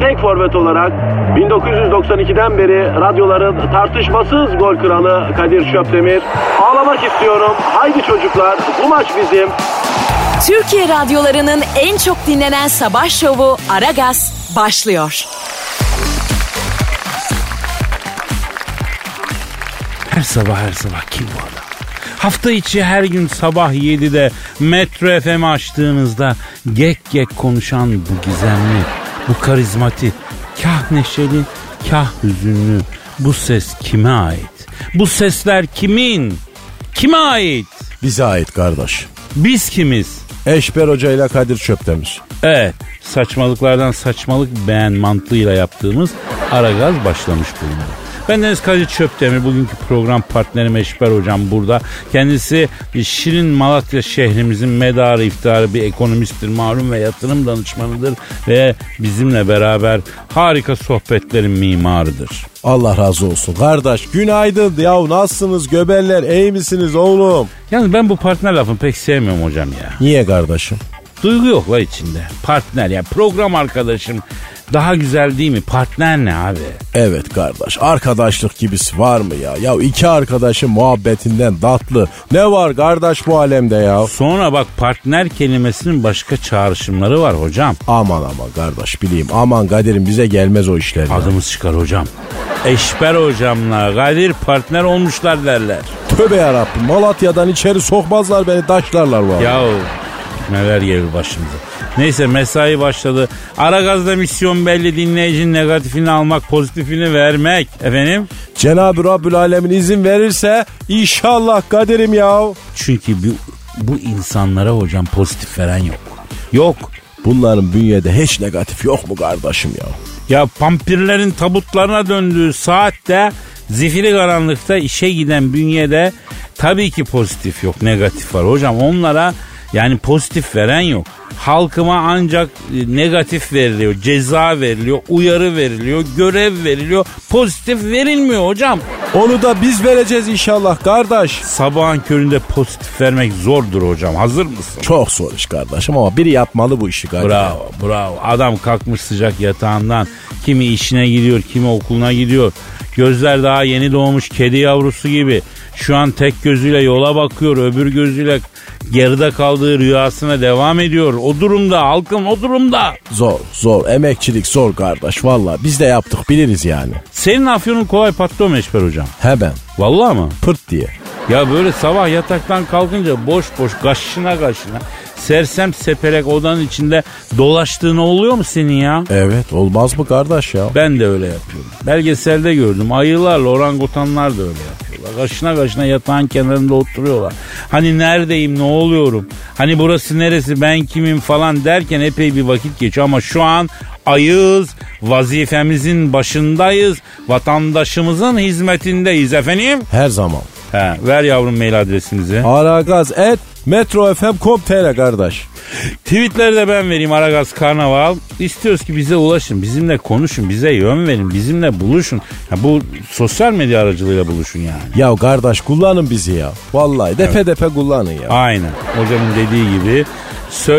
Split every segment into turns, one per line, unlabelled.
tek forvet olarak 1992'den beri radyoların tartışmasız gol kralı Kadir Şöpdemir. Ağlamak istiyorum. Haydi çocuklar bu maç bizim.
Türkiye radyolarının en çok dinlenen sabah şovu Aragaz başlıyor.
Her sabah her sabah kim bu adam? Hafta içi her gün sabah 7'de Metro FM açtığınızda gek gek konuşan bu gizemli, bu karizmatik, kah neşeli, kah hüzünlü bu ses kime ait? Bu sesler kimin? Kime ait?
Bize ait kardeş.
Biz kimiz?
Eşber Hoca ile Kadir Çöptemir.
Evet, saçmalıklardan saçmalık beğen mantığıyla yaptığımız Aragaz başlamış bulunuyor. Ben Deniz Kadir Çöptemir, bugünkü program partnerim Eşber Hocam burada. Kendisi Şirin Malatya şehrimizin medarı iftiharı bir ekonomisttir malum ve yatırım danışmanıdır. Ve bizimle beraber harika sohbetlerin mimarıdır.
Allah razı olsun. Kardeş günaydın. Yahu nasılsınız göbeller? iyi misiniz oğlum?
Yalnız ben bu partner lafını pek sevmiyorum hocam ya.
Niye kardeşim?
Duygu yok la içinde. Partner ya program arkadaşım daha güzel değil mi? Partner ne abi?
Evet kardeş arkadaşlık gibisi var mı ya? Ya iki arkadaşın muhabbetinden tatlı. Ne var kardeş bu alemde ya?
Sonra bak partner kelimesinin başka çağrışımları var hocam.
Aman aman kardeş bileyim. Aman Kadir'im bize gelmez o işler. ya.
Adımız çıkar hocam. Eşber hocamla Kadir partner olmuşlar derler.
Tövbe yarabbim Malatya'dan içeri sokmazlar beni taşlarlar var.
Yahu neler gelir başımıza. Neyse mesai başladı. Aragaz'da misyon belli dinleyicinin negatifini almak, pozitifini vermek. Efendim?
Cenab-ı Rabbül Alemin izin verirse inşallah Kadir'im ya.
Çünkü bu, bu insanlara hocam pozitif veren yok. Yok.
Bunların bünyede hiç negatif yok mu kardeşim ya?
Ya vampirlerin tabutlarına döndüğü saatte zifiri karanlıkta işe giden bünyede tabii ki pozitif yok negatif var. Hocam onlara yani pozitif veren yok. Halkıma ancak e, negatif veriliyor, ceza veriliyor, uyarı veriliyor, görev veriliyor. Pozitif verilmiyor hocam.
Onu da biz vereceğiz inşallah kardeş.
Sabahın köründe pozitif vermek zordur hocam. Hazır mısın?
Çok zor iş kardeşim ama biri yapmalı bu işi Kadir.
Bravo, bravo. Adam kalkmış sıcak yatağından. Kimi işine gidiyor, kimi okuluna gidiyor. Gözler daha yeni doğmuş kedi yavrusu gibi. Şu an tek gözüyle yola bakıyor, öbür gözüyle geride kaldığı rüyasına devam ediyor. O durumda halkım o durumda.
Zor zor emekçilik zor kardeş valla biz de yaptık biliriz yani.
Senin afyonun kolay patlıyor mu Eşber hocam?
Hemen
Vallahi mı?
pırt diye.
Ya böyle sabah yataktan kalkınca boş boş kaşına kaşına sersem sepelek odanın içinde dolaştığın oluyor mu senin ya?
Evet olmaz mı kardeş ya?
Ben de öyle yapıyorum. Belgeselde gördüm. Ayılarla orangutanlar da öyle yapıyorlar. Kaşına kaşına yatağın kenarında oturuyorlar. Hani neredeyim ne oluyorum? Hani burası neresi ben kimim falan derken epey bir vakit geçiyor. Ama şu an ayız vazifemizin başındayız. Vatandaşımızın hizmetindeyiz efendim.
Her zaman.
He, ver yavrum mail adresimizi.
Aragaz et metrofm.com.tr kardeş.
Tweetleri de ben vereyim Aragaz Karnaval. İstiyoruz ki bize ulaşın, bizimle konuşun, bize yön verin, bizimle buluşun. Ya bu sosyal medya aracılığıyla buluşun yani.
Ya kardeş kullanın bizi ya. Vallahi depe depe kullanın ya.
Aynen. Hocamın dediği gibi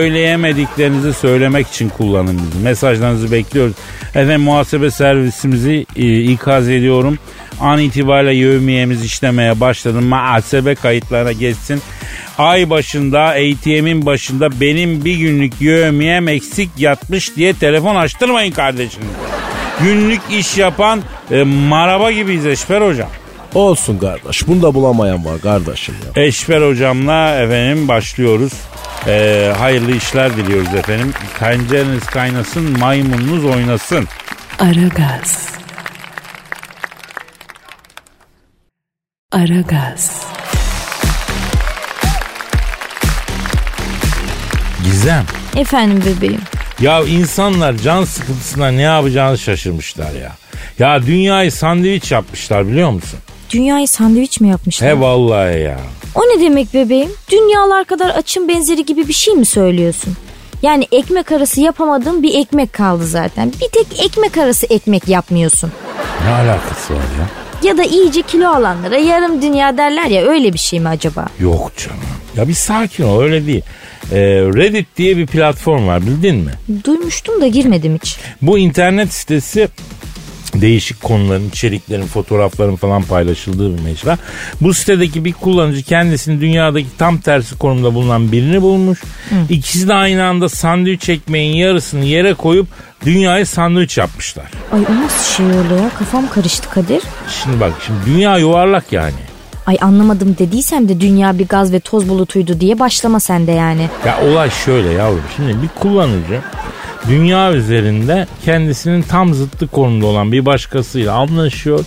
söyleyemediklerinizi söylemek için kullanın bizi. Mesajlarınızı bekliyoruz. Efendim muhasebe servisimizi e, ikaz ediyorum. An itibariyle yevmiyemiz işlemeye başladı. Muhasebe kayıtlarına geçsin. Ay başında ATM'in başında benim bir günlük yevmiyem eksik yatmış diye telefon açtırmayın kardeşinize. Günlük iş yapan e, maraba gibiyiz Eşber hocam.
Olsun kardeş. Bunu da bulamayan var kardeşim ya.
Eşber hocamla efendim başlıyoruz. Ee, hayırlı işler diliyoruz efendim. Tencereniz kaynasın, maymununuz oynasın.
Aragaz. Aragaz.
Gizem.
Efendim bebeğim.
Ya insanlar can sıkıntısına ne yapacağını şaşırmışlar ya. Ya dünyayı sandviç yapmışlar biliyor musun?
Dünyayı sandviç mi yapmışlar?
He vallahi ya.
O ne demek bebeğim? Dünyalar kadar açın benzeri gibi bir şey mi söylüyorsun? Yani ekmek arası yapamadığın bir ekmek kaldı zaten. Bir tek ekmek arası ekmek yapmıyorsun.
Ne alakası var ya?
Ya da iyice kilo alanlara yarım dünya derler ya öyle bir şey mi acaba?
Yok canım. Ya bir sakin ol öyle değil. Ee, Reddit diye bir platform var bildin mi?
Duymuştum da girmedim hiç.
Bu internet sitesi değişik konuların, içeriklerin, fotoğrafların falan paylaşıldığı bir mecra. Bu sitedeki bir kullanıcı kendisini dünyadaki tam tersi konumda bulunan birini bulmuş. İkisi de aynı anda sandviç ekmeğin yarısını yere koyup dünyayı sandviç yapmışlar.
Ay o nasıl şey öyle ya kafam karıştı Kadir.
Şimdi bak şimdi dünya yuvarlak yani.
Ay anlamadım dediysem de dünya bir gaz ve toz bulutuydu diye başlama sen de yani.
Ya olay şöyle yavrum. Şimdi bir kullanıcı dünya üzerinde kendisinin tam zıttı konumda olan bir başkasıyla anlaşıyor.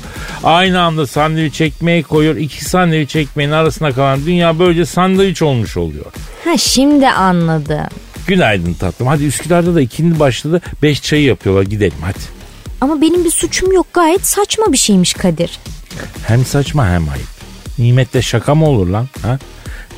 Aynı anda sandviç ekmeği koyuyor. İki sandviç ekmeğin arasına kalan dünya böylece sandviç olmuş oluyor.
Ha şimdi anladım.
Günaydın tatlım. Hadi Üsküdar'da da ikindi başladı. Beş çayı yapıyorlar. Gidelim hadi.
Ama benim bir suçum yok gayet saçma bir şeymiş Kadir.
Hem saçma hem ayıp. Nimetle şaka mı olur lan? Ha?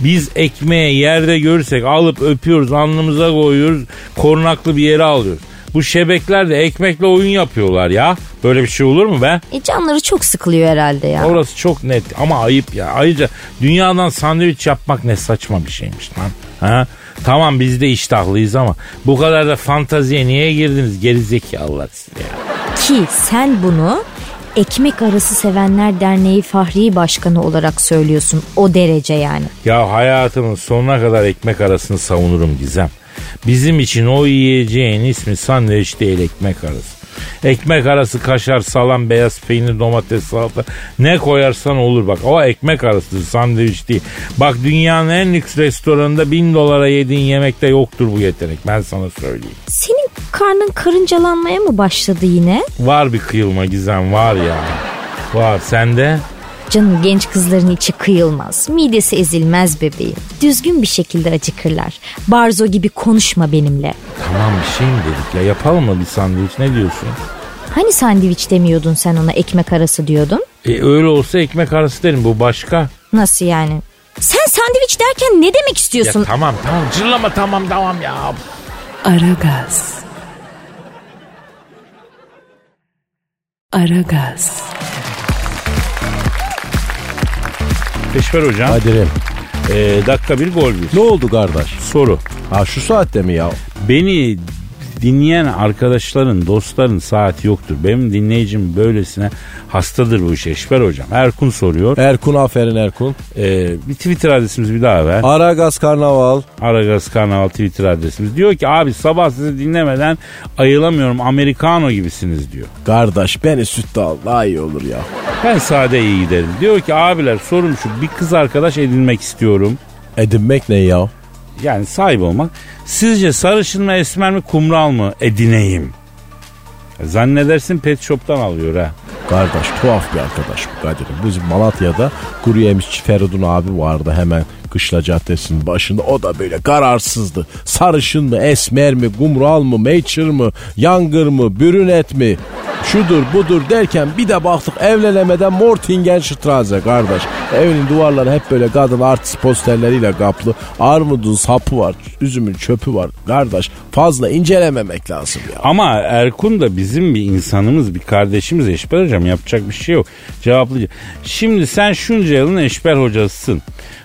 Biz ekmeği yerde görürsek alıp öpüyoruz, alnımıza koyuyoruz, korunaklı bir yere alıyoruz. Bu şebekler de ekmekle oyun yapıyorlar ya. Böyle bir şey olur mu be?
E canları çok sıkılıyor herhalde ya.
Orası çok net ama ayıp ya. Ayrıca dünyadan sandviç yapmak ne saçma bir şeymiş lan. Ha? Tamam biz de iştahlıyız ama bu kadar da fantaziye niye girdiniz gerizekalılar siz ya.
Ki sen bunu Ekmek Arası Sevenler Derneği Fahri Başkanı olarak söylüyorsun. O derece yani.
Ya hayatımın sonuna kadar ekmek arasını savunurum Gizem. Bizim için o yiyeceğin ismi sandviç değil ekmek arası. Ekmek arası kaşar, salam, beyaz peynir, domates, salata ne koyarsan olur bak. O ekmek arasıdır sandviç değil. Bak dünyanın en lüks restoranında bin dolara yediğin yemekte yoktur bu yetenek ben sana söyleyeyim.
Senin karnın karıncalanmaya mı başladı yine?
Var bir kıyılma Gizem var ya. Var sende?
Canım genç kızların içi kıyılmaz. Midesi ezilmez bebeğim. Düzgün bir şekilde acıkırlar. Barzo gibi konuşma benimle.
Tamam bir şey mi dedik ya yapalım mı bir sandviç ne diyorsun?
Hani sandviç demiyordun sen ona ekmek arası diyordun?
E öyle olsa ekmek arası derim bu başka.
Nasıl yani? Sen sandviç derken ne demek
Ya
istiyorsun?
tamam tamam cırlama tamam tamam ya.
Aragaz. Aragaz.
Peşver hocam.
Kadir'im
Ee, dakika bir gol bir.
ne oldu kardeş?
Soru.
Ha şu saatte mi ya?
Beni dinleyen arkadaşların, dostların saati yoktur. Benim dinleyicim böylesine hastadır bu işe. Eşber hocam. Erkun soruyor.
Erkun aferin Erkun.
Ee, bir Twitter adresimizi bir daha ver.
Ara gaz karnaval.
Aragaz Karnaval Twitter adresimiz. Diyor ki abi sabah sizi dinlemeden ayılamıyorum. Americano gibisiniz diyor.
Kardeş beni sütte al daha iyi olur ya.
Ben sade iyi giderim. Diyor ki abiler sorum şu bir kız arkadaş edinmek istiyorum.
Edinmek ne ya?
Yani sahip olmak. Sizce sarışın mı esmer mi kumral mı edineyim? Zannedersin pet shop'tan alıyor ha.
Kardeş tuhaf bir arkadaş bu Kadir'im. Bizim Malatya'da kuru yemişçi Feridun abi vardı hemen Kışla Caddesi'nin başında. O da böyle kararsızdı. Sarışın mı, esmer mi, kumral mı, meçhir mi, yangır mı, bürünet mi? Şudur budur derken bir de baktık evlenemeden Mortingen Strasse kardeş. Evinin duvarları hep böyle kadın artist posterleriyle kaplı. Armudun sapı var, üzümün çöpü var. Kardeş fazla incelememek lazım ya.
Ama Erkun da bizim bir insanımız, bir kardeşimiz Eşber Hocam. Yapacak bir şey yok. Cevaplayacak. Şimdi sen şunca yılın Eşber Hocasısın.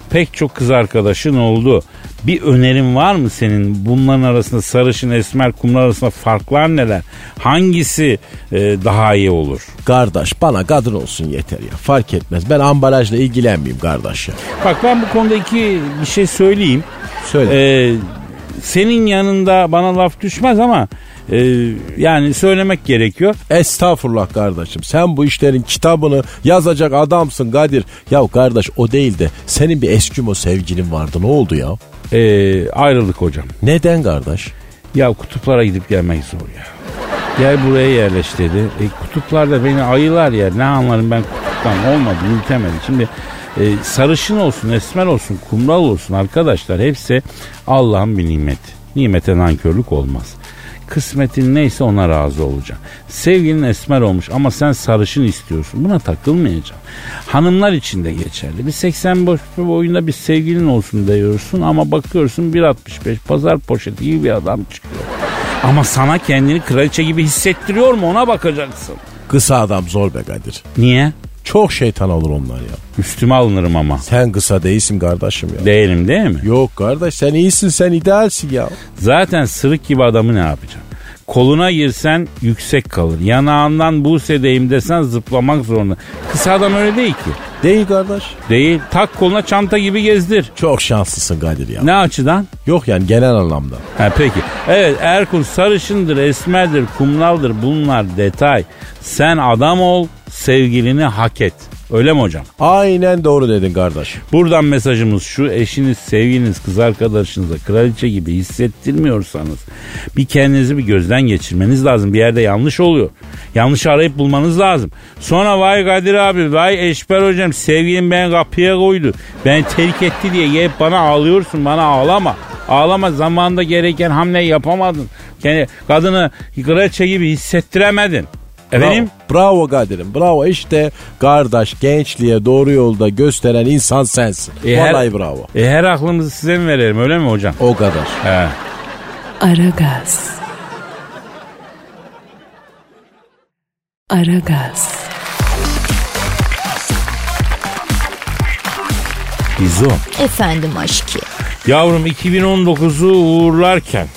Pek çok kız arkadaşın oldu. Bir önerin var mı senin? Bunların arasında sarışın, esmer, kumlar arasında farklar neler? Hangisi e, daha iyi olur?
Kardeş bana kadın olsun yeter ya. Fark etmez. Ben ambalajla ilgilenmeyeyim kardeş ya.
Bak ben bu konuda iki bir şey söyleyeyim.
Söyle.
Ee, senin yanında bana laf düşmez ama e, yani söylemek gerekiyor.
Estağfurullah kardeşim. Sen bu işlerin kitabını yazacak adamsın Kadir. Ya kardeş o değil de senin bir Eskimo sevgilin vardı. Ne oldu ya?
Ee, ayrıldık hocam.
Neden kardeş?
Ya kutuplara gidip gelmek zor ya. Gel buraya yerleş dedi. E, kutuplarda beni ayılar ya. Ne anlarım ben kutuptan Allah'tan olmadı yürütemedi. Şimdi e, sarışın olsun esmer olsun kumral olsun arkadaşlar hepsi Allah'ın bir nimeti. Nimete nankörlük olmaz. Kısmetin neyse ona razı olacaksın. Sevgilin esmer olmuş ama sen sarışın istiyorsun. Buna takılmayacaksın. Hanımlar için de geçerli. Bir 80 boş bir boyunda bir sevgilin olsun diyorsun ama bakıyorsun 1.65 pazar poşeti gibi bir adam çıkıyor. Ama sana kendini kraliçe gibi hissettiriyor mu ona bakacaksın.
Kısa adam zor be Kadir.
Niye?
Çok şeytan olur onlar ya.
Üstüme alınırım ama.
Sen kısa değilsin kardeşim ya.
Değilim değil mi?
Yok kardeş sen iyisin sen idealsin ya.
Zaten sırık gibi adamı ne yapacağım? Koluna girsen yüksek kalır. Yanağından busedeyim desen zıplamak zorunda. Kısa adam öyle değil ki.
Değil kardeş.
Değil. Tak koluna çanta gibi gezdir.
Çok şanslısın Kadir ya.
Ne açıdan?
Yok yani genel anlamda.
Ha peki. Evet Erkun sarışındır, esmerdir, kumraldır bunlar detay. Sen adam ol, sevgilini hak et. Öyle mi hocam?
Aynen doğru dedin kardeş.
Buradan mesajımız şu eşiniz, sevgiliniz, kız arkadaşınıza kraliçe gibi hissettirmiyorsanız bir kendinizi bir gözden geçirmeniz lazım. Bir yerde yanlış oluyor. Yanlışı arayıp bulmanız lazım. Sonra vay Kadir abi, vay Eşber hocam sevgilim beni kapıya koydu. Beni terk etti diye gelip bana ağlıyorsun bana ağlama. Ağlama zamanda gereken hamle yapamadın. Kendi kadını kraliçe gibi hissettiremedin. Efendim?
Bravo, bravo Kadir'im bravo işte kardeş gençliğe doğru yolda gösteren insan sensin.
E, her-
Vallahi bravo.
E her aklımızı size mi verelim öyle mi hocam?
O kadar.
He.
Aragaz. Aragaz.
İzo.
Efendim aşkı.
Yavrum 2019'u uğurlarken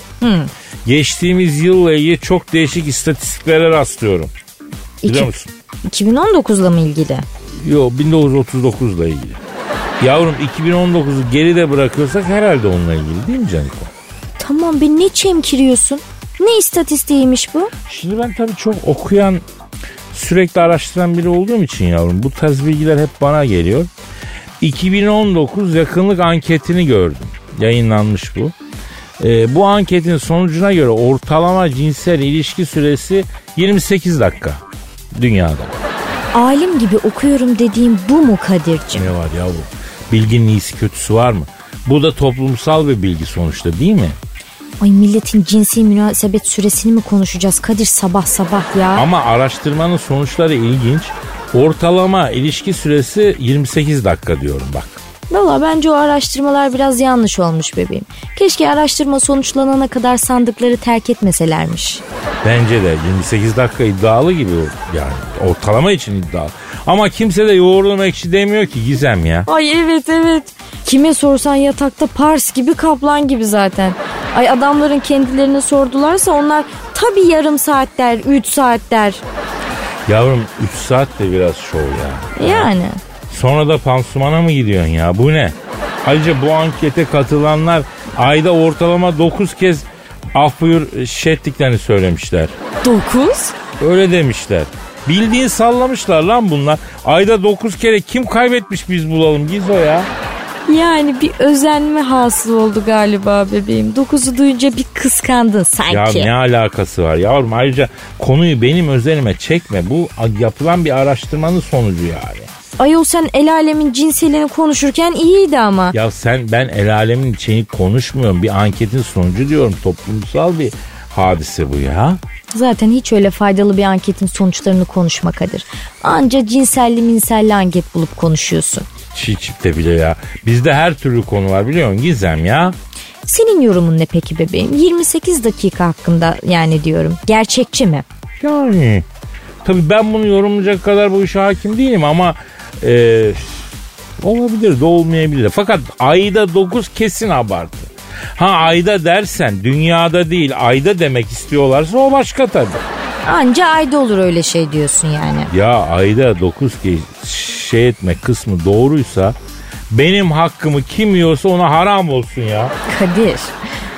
geçtiğimiz yılla ilgili çok değişik istatistiklere rastlıyorum. Biliyor
İki-
musun?
2019'la mı ilgili?
Yo 1939'la ilgili. Yavrum 2019'u geride bırakıyorsak herhalde onunla ilgili değil mi Caniko?
Tamam be ne çemkiriyorsun? Ne istatistiğiymiş bu?
Şimdi ben tabii çok okuyan, sürekli araştıran biri olduğum için yavrum bu tarz bilgiler hep bana geliyor. 2019 yakınlık anketini gördüm. Yayınlanmış bu. Ee, bu anketin sonucuna göre ortalama cinsel ilişki süresi 28 dakika dünyada.
Alim gibi okuyorum dediğim bu mu Kadir'cim?
Ne var yavrum? Bilginin iyisi kötüsü var mı? Bu da toplumsal bir bilgi sonuçta değil mi?
Ay milletin cinsi münasebet süresini mi konuşacağız Kadir sabah sabah ya?
Ama araştırmanın sonuçları ilginç. Ortalama ilişki süresi 28 dakika diyorum bak.
Valla bence o araştırmalar biraz yanlış olmuş bebeğim. Keşke araştırma sonuçlanana kadar sandıkları terk etmeselermiş.
Bence de 28 dakika iddialı gibi yani ortalama için iddialı. Ama kimse de yoğurdum ekşi demiyor ki Gizem ya.
Ay evet evet. Kime sorsan yatakta pars gibi kaplan gibi zaten. Ay adamların kendilerine sordularsa onlar tabii yarım saat der, 3 saat der.
Yavrum 3 saat de biraz şov ya.
Yani.
Sonra da pansumana mı gidiyorsun ya bu ne? Ayrıca bu ankete katılanlar ayda ortalama 9 kez af buyur şey ettiklerini söylemişler.
9?
Öyle demişler. Bildiğin sallamışlar lan bunlar. Ayda 9 kere kim kaybetmiş biz bulalım Gizo ya.
Yani bir özenme hasıl oldu galiba bebeğim. 9'u duyunca bir kıskandın sanki.
Ya ne alakası var yavrum ayrıca konuyu benim özelime çekme. Bu yapılan bir araştırmanın sonucu yani.
Ayol sen el alemin cinselini konuşurken iyiydi ama.
Ya sen ben el alemin içini konuşmuyorum. Bir anketin sonucu diyorum. Toplumsal bir hadise bu ya.
Zaten hiç öyle faydalı bir anketin sonuçlarını konuşma Kadir. Anca cinselli minselli anket bulup konuşuyorsun.
Çiğ çipte bile ya. Bizde her türlü konu var biliyorsun Gizem ya.
Senin yorumun ne peki bebeğim? 28 dakika hakkında yani diyorum. Gerçekçi mi?
Yani tabii ben bunu yorumlayacak kadar bu işe hakim değilim ama e, olabilir de olmayabilir. de. Fakat ayda 9 kesin abartı. Ha ayda dersen dünyada değil ayda demek istiyorlarsa o başka tabii.
Anca ayda olur öyle şey diyorsun yani.
Ya ayda 9 ke- şey etme kısmı doğruysa benim hakkımı kim yiyorsa ona haram olsun ya.
Kadir.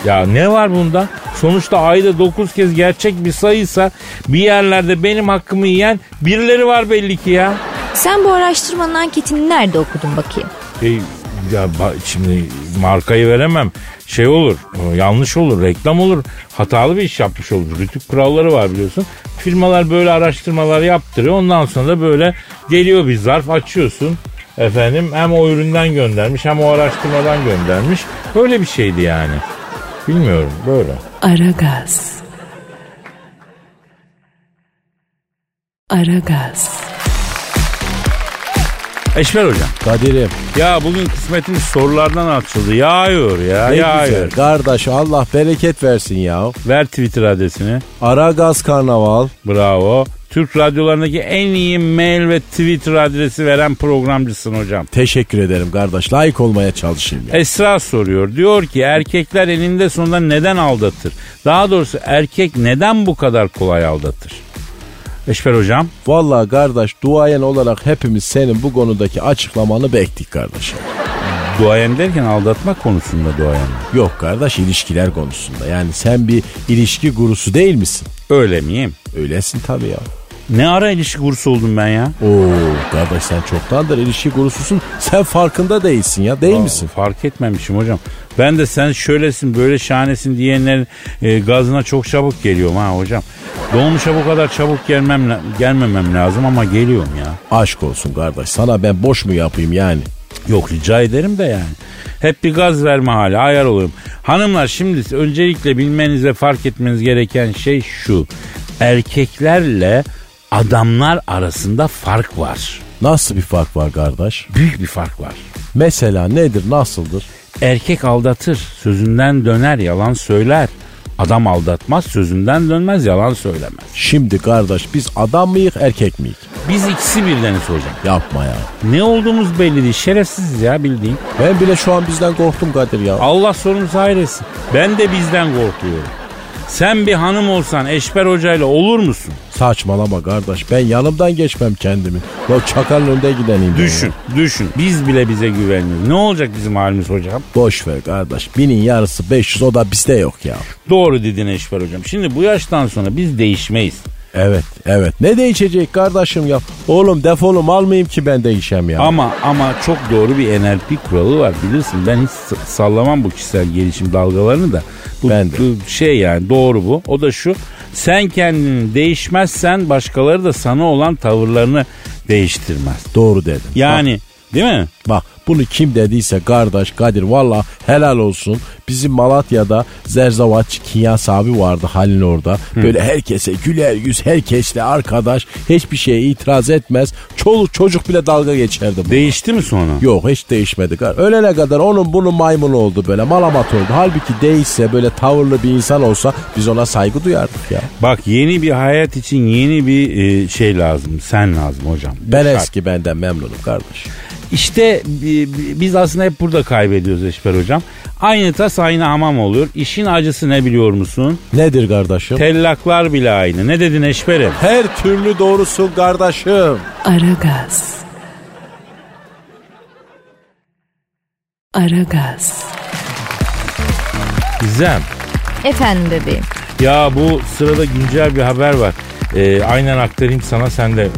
Ya ne var bunda? Sonuçta ayda 9 kez gerçek bir sayıysa bir yerlerde benim hakkımı yiyen birileri var belli ki ya.
Sen bu araştırmanın anketini nerede okudun bakayım?
E, ya ba- şimdi markayı veremem. Şey olur, e, yanlış olur, reklam olur. Hatalı bir iş yapmış olur. Rütük kuralları var biliyorsun. Firmalar böyle araştırmalar yaptırıyor. Ondan sonra da böyle geliyor bir zarf açıyorsun. Efendim hem o üründen göndermiş hem o araştırmadan göndermiş. Böyle bir şeydi yani. Bilmiyorum böyle.
Aragaz. Aragaz.
Eşmer hocam.
Kadir'im
Ya bugün kısmetimiz sorulardan açıldı. Yağıyor ya
ne
yağıyor.
güzel. Kardeş Allah bereket versin ya.
Ver Twitter adresini.
Ara gaz karnaval.
Bravo. Türk radyolarındaki en iyi mail ve Twitter adresi veren programcısın hocam.
Teşekkür ederim kardeş. Layık olmaya çalışayım ya.
Esra soruyor. Diyor ki erkekler elinde sonunda neden aldatır? Daha doğrusu erkek neden bu kadar kolay aldatır? Eşber hocam.
Vallahi kardeş duayen olarak hepimiz senin bu konudaki açıklamanı bekledik kardeşim.
Duayen derken aldatma konusunda duayen.
Yok kardeş ilişkiler konusunda. Yani sen bir ilişki gurusu değil misin?
Öyle miyim?
Öylesin tabii ya.
Ne ara ilişki kursu oldum ben ya?
Oo kardeş sen çoktandır ilişki gurususun. Sen farkında değilsin ya değil misin?
Fark etmemişim hocam. Ben de sen şöylesin böyle şahanesin diyenlerin e, gazına çok çabuk geliyorum ha hocam. Dolmuşa bu kadar çabuk gelmem la- gelmemem lazım ama geliyorum ya.
Aşk olsun kardeş sana ben boş mu yapayım yani?
Yok rica ederim de yani. Hep bir gaz verme hali ayar oluyorum. Hanımlar şimdi öncelikle bilmeniz ve fark etmeniz gereken şey şu. Erkeklerle adamlar arasında fark var.
Nasıl bir fark var kardeş?
Büyük bir fark var.
Mesela nedir nasıldır?
Erkek aldatır, sözünden döner, yalan söyler. Adam aldatmaz, sözünden dönmez, yalan söylemez.
Şimdi kardeş biz adam mıyık erkek miyik?
Biz ikisi birdeniz hocam.
Yapma ya.
Ne olduğumuz belli değil, şerefsiziz ya bildiğin.
Ben bile şu an bizden korktum Kadir ya.
Allah sorumuzu hayretsin. Ben de bizden korkuyorum. Sen bir hanım olsan Eşber Hoca'yla olur musun?
Saçmalama kardeş ben yanımdan geçmem kendimi. Ya çakalın önde gideneyim. ben
Düşün,
ya.
düşün. Biz bile bize güveniyoruz. Ne olacak bizim halimiz hocam?
Boş ver kardeş. Binin yarısı 500 o da bizde yok ya.
Doğru dedin Eşber Hocam. Şimdi bu yaştan sonra biz değişmeyiz.
Evet evet. Ne değişecek kardeşim ya? Oğlum defolum almayayım ki ben değişem ya.
Ama ama çok doğru bir NLP kuralı var bilirsin. Ben hiç s- sallamam bu kişisel gelişim dalgalarını da. Bu,
Ben de.
bu şey yani doğru bu. O da şu. Sen kendini değişmezsen başkaları da sana olan tavırlarını değiştirmez.
Doğru dedim.
Yani değil mi?
Bak, bak bunu kim dediyse kardeş Kadir valla helal olsun. Bizim Malatya'da Zerzavatçı Kinyas abi vardı Halil orada. Böyle herkese güler yüz herkesle arkadaş hiçbir şeye itiraz etmez. Çoluk çocuk bile dalga geçerdi. bu.
Değişti mi sonra?
Yok hiç değişmedi. kar- Ölene kadar onun bunun maymunu oldu böyle malamat oldu. Halbuki değilse böyle tavırlı bir insan olsa biz ona saygı duyardık ya.
Bak yeni bir hayat için yeni bir e, şey lazım. Sen lazım hocam.
Ben
Şart.
eski benden memnunum kardeş.
İşte bi- bi- biz aslında hep burada kaybediyoruz Eşber hocam. Aynı tas aynı hamam oluyor. İşin acısı ne biliyor musun?
Nedir kardeşim?
Tellaklar bile aynı. Ne dedin Eşber'im?
Her türlü doğrusun kardeşim.
Aragaz. Aragaz.
Gizem.
Efendim bebeğim.
Ya bu sırada güncel bir haber var. Ee, aynen aktarayım sana sen de e,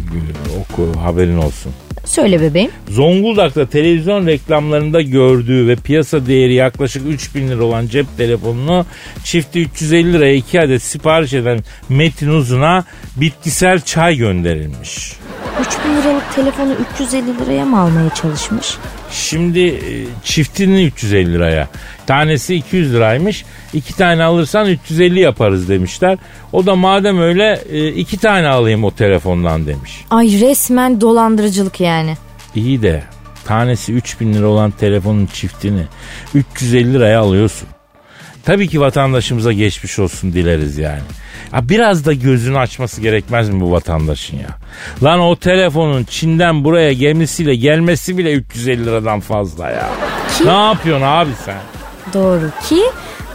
oku haberin olsun.
Söyle bebeğim.
Zonguldak'ta televizyon reklamlarında gördüğü ve piyasa değeri yaklaşık 3000 lira olan cep telefonunu çifti 350 liraya 2 adet sipariş eden Metin Uzun'a bitkisel çay gönderilmiş.
3000 liralık telefonu 350 liraya mı almaya çalışmış?
Şimdi e, çiftini 350 liraya. Tanesi 200 liraymış. İki tane alırsan 350 yaparız demişler. O da madem öyle e, iki tane alayım o telefondan demiş.
Ay resmen dolandırıcılık yani.
İyi de tanesi 3000 lira olan telefonun çiftini 350 liraya alıyorsun. Tabii ki vatandaşımıza geçmiş olsun dileriz yani. Ya biraz da gözünü açması gerekmez mi bu vatandaşın ya? Lan o telefonun Çin'den buraya gemisiyle gelmesi bile 350 liradan fazla ya.
Ki-
Ne yapıyorsun abi sen?
Doğru ki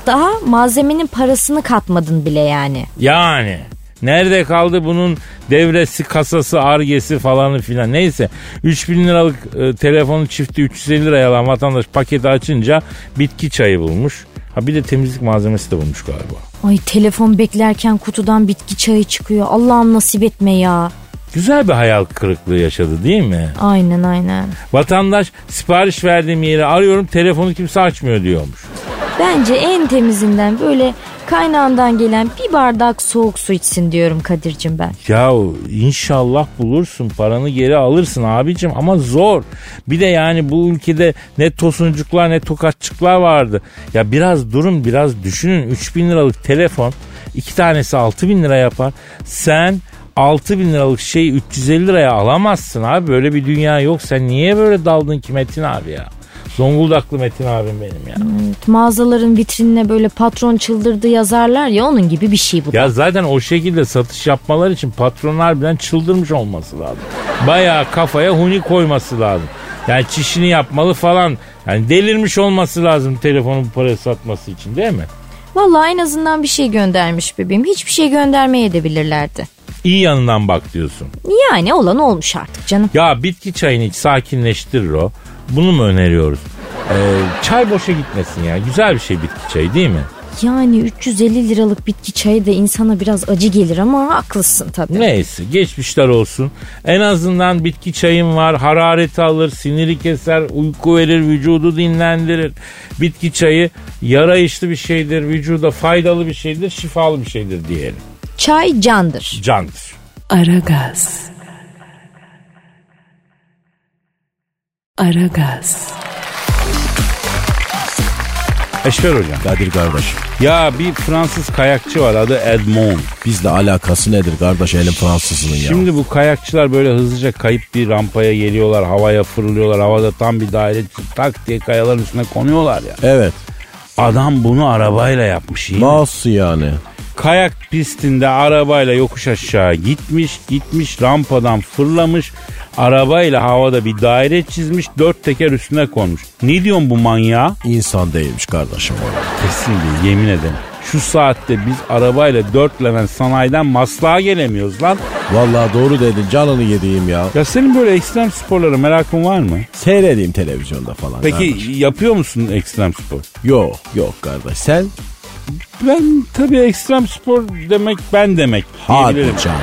daha malzemenin parasını katmadın bile yani.
Yani nerede kaldı bunun devresi, kasası, argesi falanı filan. Neyse 3000 liralık e, telefonu çifti 350 liraya alan vatandaş paketi açınca bitki çayı bulmuş. Ha bir de temizlik malzemesi de bulmuş galiba.
Ay telefon beklerken kutudan bitki çayı çıkıyor. Allah'ım nasip etme ya.
Güzel bir hayal kırıklığı yaşadı değil mi?
Aynen aynen.
Vatandaş sipariş verdiğim yeri arıyorum telefonu kimse açmıyor diyormuş.
Bence en temizinden böyle kaynağından gelen bir bardak soğuk su içsin diyorum Kadir'cim ben.
Ya inşallah bulursun paranı geri alırsın abicim ama zor. Bir de yani bu ülkede ne tosuncuklar ne tokatçıklar vardı. Ya biraz durun biraz düşünün 3000 liralık telefon iki tanesi 6000 lira yapar. Sen 6000 liralık şeyi 350 liraya alamazsın abi böyle bir dünya yok. Sen niye böyle daldın ki Metin abi ya? Zonguldaklı Metin abim benim ya.
Mağazaların vitrinine böyle patron çıldırdı yazarlar ya onun gibi bir şey bu. da.
Ya zaten o şekilde satış yapmalar için patronlar bilen çıldırmış olması lazım. Bayağı kafaya huni koyması lazım. Yani çişini yapmalı falan. Yani delirmiş olması lazım telefonun parayı satması için değil mi?
Vallahi en azından bir şey göndermiş bebeğim. Hiçbir şey göndermeye de bilirlerdi.
İyi yanından bak diyorsun.
Yani olan olmuş artık canım.
Ya bitki çayını iç sakinleştirir o. Bunu mu öneriyoruz? Ee, çay boşa gitmesin ya. Güzel bir şey bitki çayı değil mi?
Yani 350 liralık bitki çayı da insana biraz acı gelir ama haklısın tabii.
Neyse geçmişler olsun. En azından bitki çayım var. Harareti alır, siniri keser, uyku verir, vücudu dinlendirir. Bitki çayı yarayışlı bir şeydir, vücuda faydalı bir şeydir, şifalı bir şeydir diyelim.
Çay candır.
Candır.
Aragaz. Aragaz.
Eşver hocam.
Kadir kardeşim.
Ya bir Fransız kayakçı var adı Edmond.
Bizle alakası nedir kardeş elin Fransızının ya?
Şimdi bu kayakçılar böyle hızlıca kayıp bir rampaya geliyorlar. Havaya fırlıyorlar. Havada tam bir daire çizip tak diye kayaların üstüne konuyorlar ya.
Evet.
Adam bunu arabayla yapmış. iyi mi?
Nasıl yani?
Kayak pistinde arabayla yokuş aşağı gitmiş, gitmiş rampadan fırlamış. Arabayla havada bir daire çizmiş, dört teker üstüne konmuş. Ne diyorsun bu manyağa?
İnsan değilmiş kardeşim. o.
Kesin değil, yemin ederim. Şu saatte biz arabayla dört level sanayiden maslağa gelemiyoruz lan.
Vallahi doğru dedin canını yediğim ya.
Ya senin böyle ekstrem sporlara merakın var mı?
Seyredeyim televizyonda falan.
Peki
kardeş.
yapıyor musun ekstrem spor?
Yok yok kardeş sen
Ben tabii ekstrem spor demek ben demek
hadi
diyebilirim.
canım.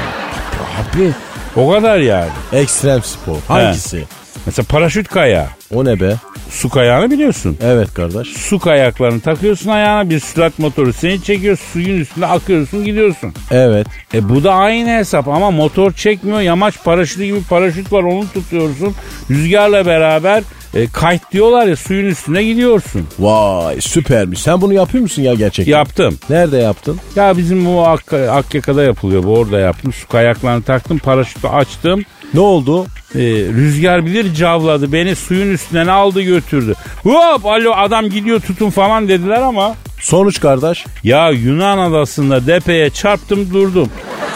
Abi o kadar yani.
Ekstrem spor. Hangisi?
Mesela paraşüt kayağı.
O ne be?
Su kayağını biliyorsun.
Evet kardeş.
Su kayaklarını takıyorsun ayağına bir sürat motoru seni çekiyor suyun üstünde akıyorsun gidiyorsun.
Evet.
E bu da aynı hesap ama motor çekmiyor yamaç paraşütü gibi paraşüt var onu tutuyorsun. Rüzgarla beraber e, kayt diyorlar ya suyun üstüne gidiyorsun.
Vay süpermiş. Sen bunu yapıyor musun ya gerçekten?
Yaptım.
Nerede yaptın?
Ya bizim bu Ak- Akyaka'da yapılıyor bu orada yaptım. Su kayaklarını taktım paraşütü açtım.
Ne oldu?
E, rüzgar bilir cavladı beni suyun üstünden aldı götürdü. Hop alo adam gidiyor tutun falan dediler ama
Sonuç kardeş.
Ya Yunan adasında depeye çarptım durdum.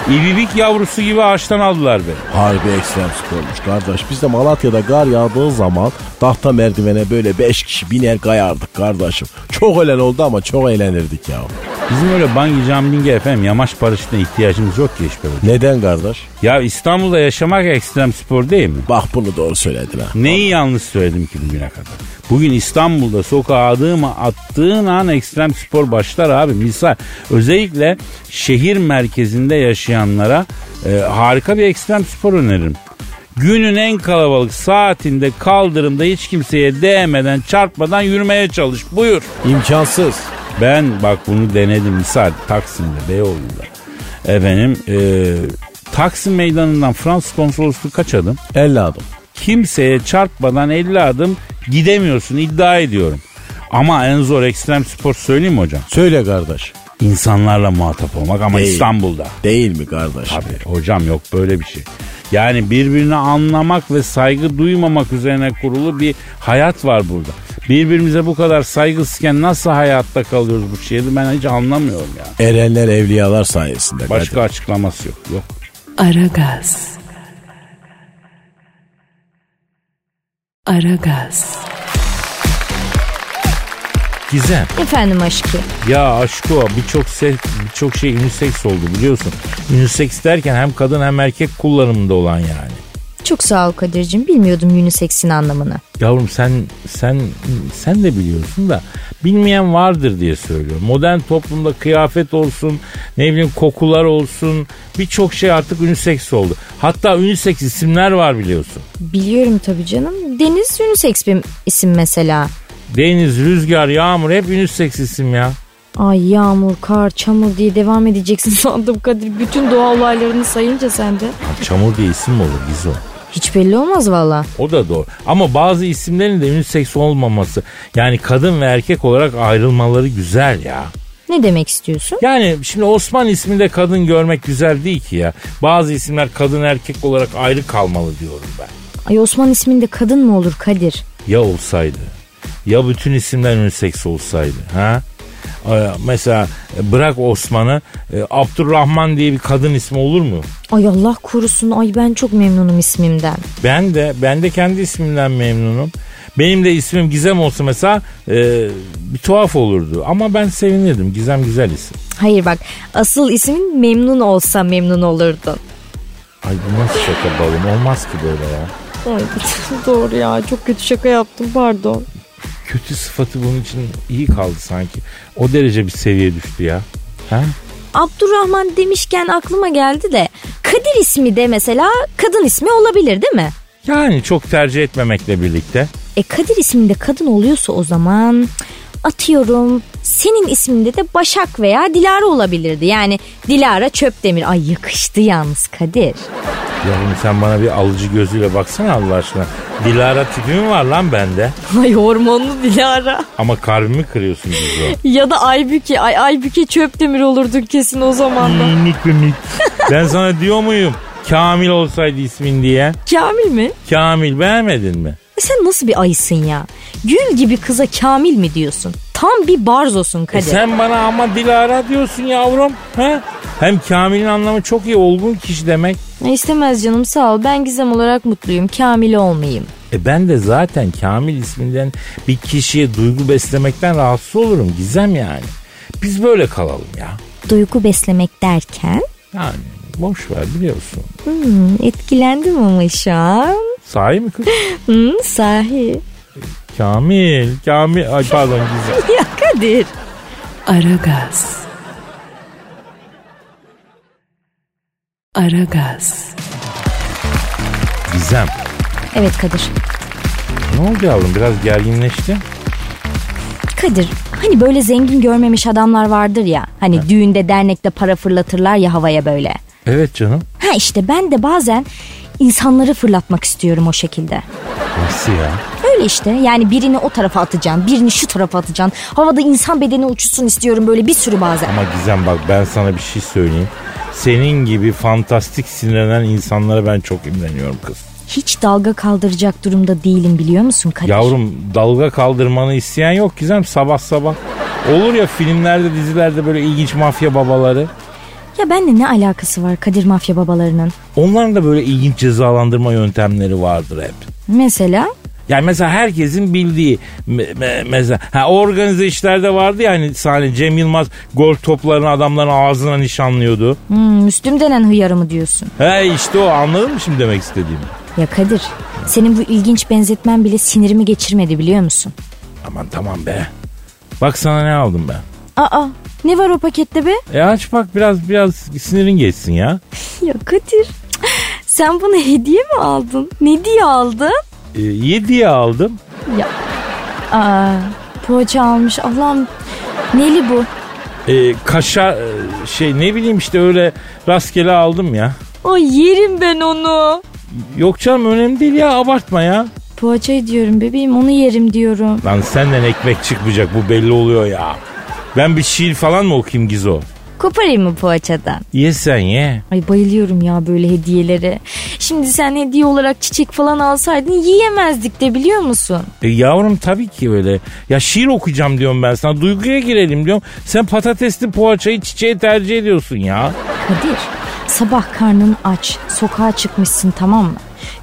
İbibik yavrusu gibi ağaçtan aldılar beni.
Harbi ekstrem spormuş kardeş. Biz de Malatya'da gar yağdığı zaman tahta merdivene böyle 5 kişi biner kayardık kardeşim. Çok ölen oldu ama çok eğlenirdik ya.
Bizim öyle bangi jumping efendim yamaç paraşütüne ihtiyacımız yok ki hiçbir zaman.
Neden kardeş?
Ya İstanbul'da yaşamak ekstrem spor değil mi?
Bak bunu doğru söyledin ha.
Neyi yanlış söyledim ki bugüne kadar? Bugün İstanbul'da sokağa adığım attığın an ekstrem spor başlar abi. Misal özellikle şehir merkezinde yaşayanlara e, harika bir ekstrem spor öneririm. Günün en kalabalık saatinde kaldırımda hiç kimseye değmeden çarpmadan yürümeye çalış. Buyur.
İmkansız.
Ben bak bunu denedim misal Taksim'de Beyoğlu'nda. Efendim e, Taksim meydanından Fransız konsolosluğu kaç adım?
50 adım.
kimseye çarpmadan 50 adım gidemiyorsun iddia ediyorum. Ama en zor ekstrem spor söyleyeyim mi hocam?
Söyle kardeş.
İnsanlarla muhatap olmak ama
Değil.
İstanbul'da.
Değil mi kardeş?
Abi hocam yok böyle bir şey. Yani birbirini anlamak ve saygı duymamak üzerine kurulu bir hayat var burada. Birbirimize bu kadar saygısızken nasıl hayatta kalıyoruz bu şehirde ben hiç anlamıyorum ya.
Erenler evliyalar sayesinde.
Başka
Kadir.
açıklaması yok. Yok.
Aragaz. Aragaz.
Gizem.
Efendim aşkı.
Ya aşkı o birçok se- birçok şey unisex oldu biliyorsun. Unisex derken hem kadın hem erkek kullanımında olan yani.
Çok sağ ol Kadir'cim. Bilmiyordum unisex'in anlamını.
Yavrum sen sen sen de biliyorsun da bilmeyen vardır diye söylüyorum. Modern toplumda kıyafet olsun, ne bileyim kokular olsun birçok şey artık unisex oldu. Hatta unisex isimler var biliyorsun.
Biliyorum tabii canım. Deniz unisex bir isim mesela.
Deniz, rüzgar, yağmur hep unisex isim ya.
Ay yağmur, kar, çamur diye devam edeceksin sandım Kadir. Bütün doğa olaylarını sayınca sen de.
Abi çamur diye isim mi olur Gizo?
Hiç belli olmaz valla.
O da doğru. Ama bazı isimlerin de unisex olmaması yani kadın ve erkek olarak ayrılmaları güzel ya.
Ne demek istiyorsun?
Yani şimdi Osman isminde kadın görmek güzel değil ki ya. Bazı isimler kadın erkek olarak ayrı kalmalı diyorum ben.
Ay Osman isminde kadın mı olur Kadir?
Ya olsaydı? Ya bütün isimler unisex olsaydı? Ha? Ee, Mesela e, bırak Osman'ı e, Abdurrahman diye bir kadın ismi olur mu?
Ay Allah korusun. Ay ben çok memnunum ismimden.
Ben de ben de kendi ismimden memnunum. Benim de ismim Gizem olsa mesela e, bir tuhaf olurdu. Ama ben sevinirdim. Gizem güzel isim.
Hayır bak asıl ismin memnun olsa memnun olurdun.
Ay bu nasıl şaka balım? Olmaz ki böyle ya.
Ay doğru ya çok kötü şaka yaptım pardon.
kötü sıfatı bunun için iyi kaldı sanki. O derece bir seviye düştü ya. Ha?
Abdurrahman demişken aklıma geldi de Kadir ismi de mesela kadın ismi olabilir değil mi?
Yani çok tercih etmemekle birlikte.
E Kadir isminde kadın oluyorsa o zaman atıyorum senin isminde de Başak veya Dilara olabilirdi. Yani Dilara Çöpdemir. Ay yakıştı yalnız Kadir.
Yavrum sen bana bir alıcı gözüyle baksana Allah aşkına. Dilara tipi mi var lan bende?
Ay hormonlu Dilara.
Ama kalbimi kırıyorsun biz
Ya da Aybüke. Ay Aybüke Çöpdemir olurdun kesin o zaman da.
Ben sana diyor muyum? Kamil olsaydı ismin diye.
Kamil mi?
Kamil beğenmedin mi?
E Sen nasıl bir ayısın ya? Gül gibi kıza kamil mi diyorsun? Tam bir barzosun
E
Kadir.
sen bana ama Dilara diyorsun yavrum. Ha? Hem Kamil'in anlamı çok iyi olgun kişi demek.
E, İstemez canım sağ ol. Ben Gizem olarak mutluyum. Kamil olmayayım.
E ben de zaten Kamil isminden bir kişiye duygu beslemekten rahatsız olurum Gizem yani. Biz böyle kalalım ya.
Duygu beslemek derken
Yani boş ver biliyorsun.
hmm, etkilendim ama şu an.
Sahi mi kız?
Hmm, sahi.
Kamil, Kamil. Ay pardon Gizem.
Ya Kadir.
Aragaz. Aragaz.
Gizem.
Evet Kadir.
Ne oldu yavrum biraz gerginleşti.
Kadir hani böyle zengin görmemiş adamlar vardır ya. Hani düğünde dernekte para fırlatırlar ya havaya böyle.
Evet canım.
Ha işte ben de bazen insanları fırlatmak istiyorum o şekilde.
Nasıl ya?
Öyle işte yani birini o tarafa atacaksın birini şu tarafa atacaksın. Havada insan bedeni uçuşsun istiyorum böyle bir sürü bazen.
Ama Gizem bak ben sana bir şey söyleyeyim. Senin gibi fantastik sinirlenen insanlara ben çok imreniyorum kız.
Hiç dalga kaldıracak durumda değilim biliyor musun Kadir?
Yavrum dalga kaldırmanı isteyen yok Gizem sabah sabah. Olur ya filmlerde dizilerde böyle ilginç mafya babaları.
Ya benle ne alakası var Kadir mafya babalarının?
Onların da böyle ilginç cezalandırma yöntemleri vardır hep.
Mesela
Yani mesela herkesin bildiği me- me- mesela ha, organize işlerde vardı ya hani sahne Cem Yılmaz gol toplarını adamların ağzına nişanlıyordu.
hmm, Müslüm denen hıyarı mı diyorsun?
He işte o anladın mı şimdi demek istediğimi?
Ya Kadir senin bu ilginç benzetmen bile sinirimi geçirmedi biliyor musun?
Aman tamam be. Bak sana ne aldım ben.
Aa ne var o pakette be?
E aç bak biraz biraz sinirin geçsin ya.
Ya Kadir sen bana hediye mi aldın? Ne diye aldın?
E, yediye aldım.
Aa poğaça almış Allah'ım neli bu?
E, kaşar e, şey ne bileyim işte öyle rastgele aldım ya.
Ay yerim ben onu.
Yok canım önemli değil ya abartma ya.
Poğaçayı diyorum bebeğim onu yerim diyorum.
Lan senden ekmek çıkmayacak bu belli oluyor ya. Ben bir şiir falan mı okuyayım Gizo?
Koparayım mı poğaçadan?
Ye sen ye.
Ay bayılıyorum ya böyle hediyelere. Şimdi sen hediye olarak çiçek falan alsaydın yiyemezdik de biliyor musun?
E yavrum tabii ki öyle. Ya şiir okuyacağım diyorum ben sana. Duyguya girelim diyorum. Sen patatesli poğaçayı çiçeği tercih ediyorsun ya.
Kadir sabah karnın aç sokağa çıkmışsın tamam mı?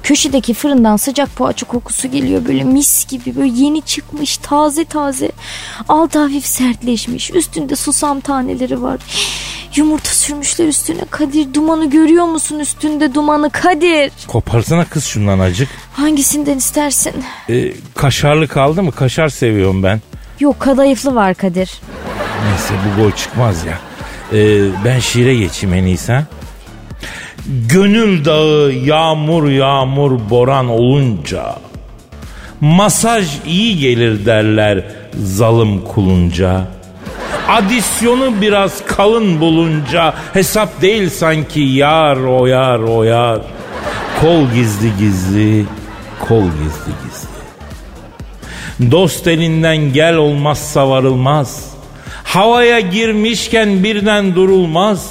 Köşedeki fırından sıcak poğaça kokusu geliyor böyle mis gibi böyle yeni çıkmış taze taze. Altı hafif sertleşmiş üstünde susam taneleri var. Yumurta sürmüşler üstüne Kadir dumanı görüyor musun üstünde dumanı Kadir?
Koparsana kız şundan acık.
Hangisinden istersin?
Ee, kaşarlı kaldı mı? Kaşar seviyorum ben.
Yok kadayıflı var Kadir.
Neyse bu gol çıkmaz ya. Ee, ben şiire geçeyim en iyisi ha. Gönül dağı yağmur yağmur boran olunca Masaj iyi gelir derler zalım kulunca Adisyonu biraz kalın bulunca Hesap değil sanki yar oyar oyar Kol gizli gizli kol gizli gizli Dost elinden gel olmazsa varılmaz. Havaya girmişken birden durulmaz.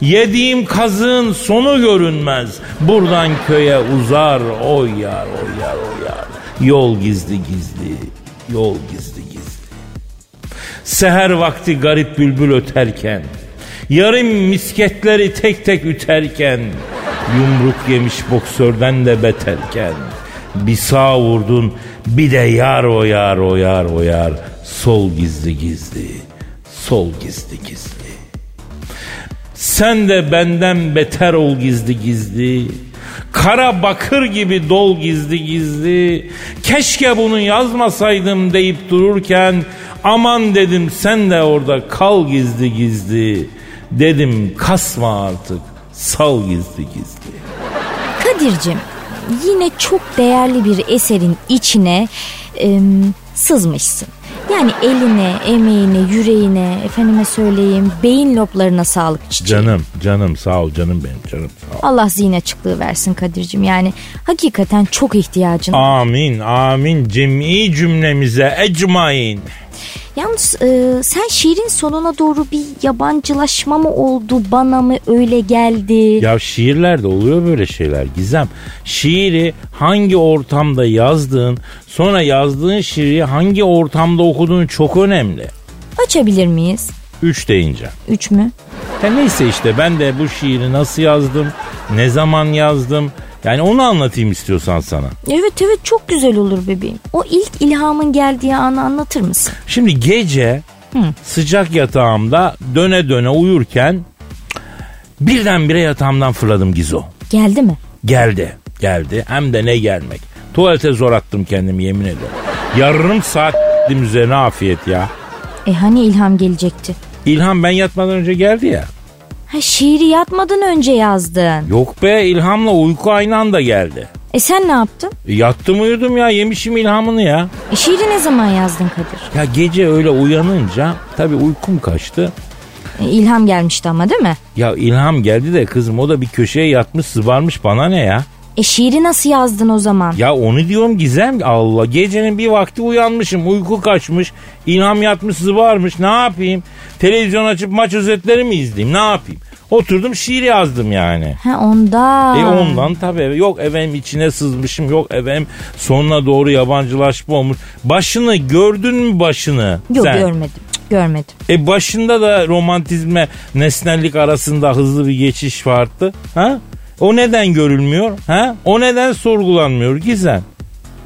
Yediğim kazığın sonu görünmez. Buradan köye uzar o yar o yar o yar. Yol gizli gizli, yol gizli gizli. Seher vakti garip bülbül öterken Yarım misketleri tek tek üterken Yumruk yemiş boksörden de beterken Bir sağ vurdun bir de yar o yar o yar o yar Sol gizli gizli Sol gizli gizli Sen de benden beter ol gizli gizli Kara bakır gibi dol gizli gizli Keşke bunu yazmasaydım deyip dururken Aman dedim sen de orada kal gizli gizli Dedim kasma artık sal gizli gizli
Kadir'cim yine çok değerli bir eserin içine em, sızmışsın. Yani eline, emeğine, yüreğine, efendime söyleyeyim, beyin loblarına sağlık çiçeği.
Canım canım sağ ol canım benim canım sağ ol
Allah zihin açıklığı versin Kadir'cim. Yani hakikaten çok ihtiyacın.
Amin amin cem'i cümlemize ecmain
Yalnız e, sen şiirin sonuna doğru bir yabancılaşma mı oldu, bana mı öyle geldi?
Ya şiirlerde oluyor böyle şeyler Gizem. Şiiri hangi ortamda yazdığın, sonra yazdığın şiiri hangi ortamda okuduğun çok önemli.
Açabilir miyiz?
Üç deyince.
Üç mü?
Ya neyse işte ben de bu şiiri nasıl yazdım, ne zaman yazdım. Yani onu anlatayım istiyorsan sana.
Evet evet çok güzel olur bebeğim. O ilk ilhamın geldiği anı anlatır mısın?
Şimdi gece sıcak yatağımda döne döne uyurken birdenbire yatağımdan fırladım Gizo.
Geldi mi?
Geldi. Geldi. Hem de ne gelmek. Tuvalete zor attım kendimi yemin ederim. Yarım saat s**tim üzerine afiyet ya.
E hani ilham gelecekti?
İlham ben yatmadan önce geldi ya.
Ha şiiri yatmadan önce yazdın.
Yok be İlham'la uyku aynı anda geldi.
E sen ne yaptın?
E, yattım uyudum ya yemişim ilhamını ya.
E, şiiri ne zaman yazdın Kadir?
Ya gece öyle uyanınca tabii uykum kaçtı.
E, ilham gelmişti ama değil mi?
Ya ilham geldi de kızım o da bir köşeye yatmış sıvarmış bana ne ya?
E şiiri nasıl yazdın o zaman?
Ya onu diyorum Gizem Allah gecenin bir vakti uyanmışım uyku kaçmış ilham yatmış zıvarmış ne yapayım televizyon açıp maç özetleri mi izleyeyim ne yapayım oturdum şiir yazdım yani.
Ha ondan.
E ondan tabii yok efendim içine sızmışım yok efendim sonuna doğru yabancılaşma olmuş. Başını gördün mü başını?
Yok
sen?
görmedim. Cık, Görmedim.
E başında da romantizme nesnellik arasında hızlı bir geçiş vardı. Ha? O neden görülmüyor? Ha? O neden sorgulanmıyor Gizem?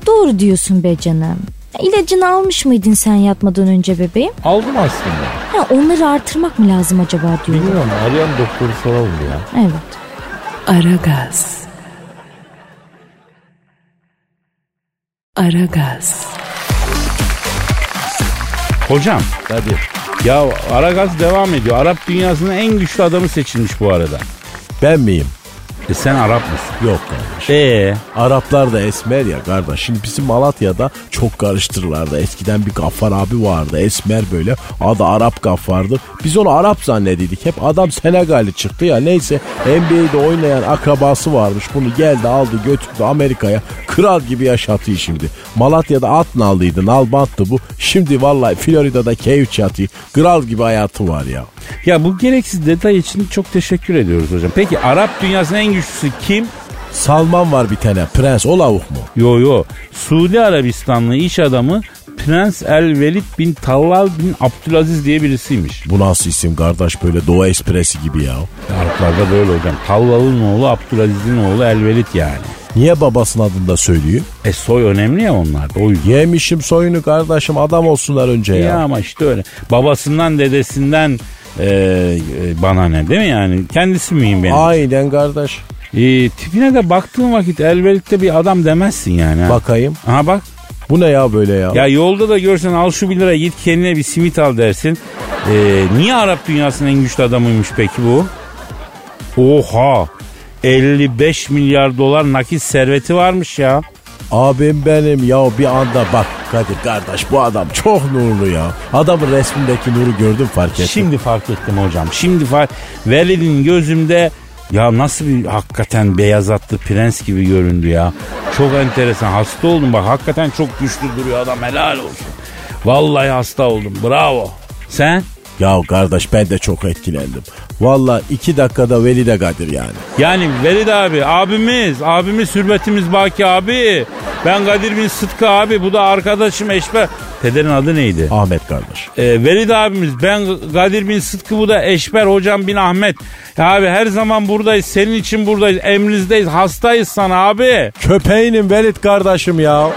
Doğru diyorsun be canım. E, İlacını almış mıydın sen yatmadan önce bebeğim?
Aldım aslında.
Ha onları artırmak mı lazım acaba diyorum.
Bilmiyorum arayan doktoru soralım ya.
Evet.
Aragaz. Aragaz.
Hocam
Hadi.
ya Aragaz devam ediyor. Arap dünyasının en güçlü adamı seçilmiş bu arada.
Ben miyim?
E sen Arap mısın?
Yok kardeş.
Eee?
Araplar da esmer ya kardeş. Şimdi bizim Malatya'da çok karıştırırlardı. Eskiden bir gaffar abi vardı. Esmer böyle. Adı Arap gaffardı. Biz onu Arap zannediydik. Hep adam Senegalli çıktı ya. Neyse NBA'de oynayan akrabası varmış. Bunu geldi aldı götürdü Amerika'ya. Kral gibi yaşatıyor şimdi. Malatya'da at nallıydı. Nalbanttı bu. Şimdi vallahi Florida'da keyif yatıyor. Kral gibi hayatı var ya.
Ya bu gereksiz detay için çok teşekkür ediyoruz hocam. Peki Arap dünyasının en güçlüsü kim?
Salman var bir tane. Prens o lavuk mu?
Yo yo. Suudi Arabistanlı iş adamı Prens El Velid bin Tallal bin Abdülaziz diye birisiymiş.
Bu nasıl isim kardeş böyle Doğu Ekspresi gibi ya.
Araplarda böyle hocam. Tallal'ın oğlu Abdülaziz'in oğlu El Velid yani.
Niye babasının adını da söylüyor?
E soy önemli ya onlarda o yüzden.
Yemişim soyunu kardeşim adam olsunlar önce
Ya,
ya.
ama işte öyle. Babasından dedesinden e, e, bana ne değil mi yani? Kendisi miyim benim?
Aynen kardeş.
E, tipine de baktığın vakit elbette bir adam demezsin yani. ha.
Bakayım.
Aha bak.
Bu ne ya böyle ya?
Ya yolda da görsen al şu bir lira git kendine bir simit al dersin. E, niye Arap dünyasının en güçlü adamıymış peki bu? Oha. 55 milyar dolar nakit serveti varmış ya.
Abim benim ya bir anda bak Kadir kardeş bu adam çok nurlu ya. Adamın resmindeki nuru gördüm fark ettim.
Şimdi fark ettim hocam. Şimdi fark. Velid'in gözümde ya nasıl bir hakikaten beyaz atlı prens gibi göründü ya. Çok enteresan. Hasta oldum bak. Hakikaten çok güçlü duruyor adam. Helal olsun. Vallahi hasta oldum. Bravo. Sen?
Ya kardeş ben de çok etkilendim. Valla iki dakikada Veli de Kadir yani.
Yani Velid abi, abimiz, abimiz, hürmetimiz Baki abi. Ben Kadir bin Sıtkı abi, bu da arkadaşım Eşber. Pederin adı neydi?
Ahmet kardeş.
Ee, Velid abimiz ben Kadir bin Sıtkı bu da Eşber hocam bin Ahmet. Ya abi her zaman buradayız senin için buradayız emrinizdeyiz hastayız sana abi.
Köpeğinin Velit kardeşim ya.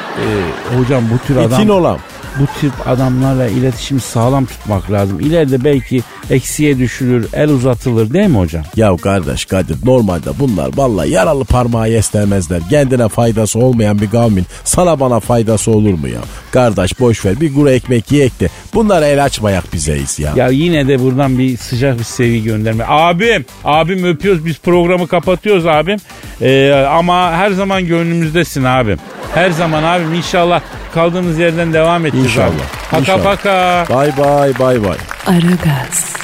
hocam bu tür
İtin olam.
bu tip adamlarla iletişim sağlam tutmak lazım. İleride belki eksiye düşülür el uzatılır değil mi hocam?
Ya kardeş Kadir normalde bunlar valla yaralı parmağı yeslemezler. Kendine faydası olmayan bir kavmin sana bana faydası olur mu ya? Kardeş boş ver bir kuru ekmek yiyek de bunlara el açmayak bizeyiz ya.
Ya yine de buradan bir sıcak bir sevgi gönderme. Abim, abim öpüyoruz biz programı kapatıyoruz abim. Ee, ama her zaman gönlümüzdesin abim. Her zaman abim inşallah kaldığımız yerden devam edeceğiz
İnşallah,
abi. Paka
inşallah.
paka.
Bay bay bay bay.
Aragaz.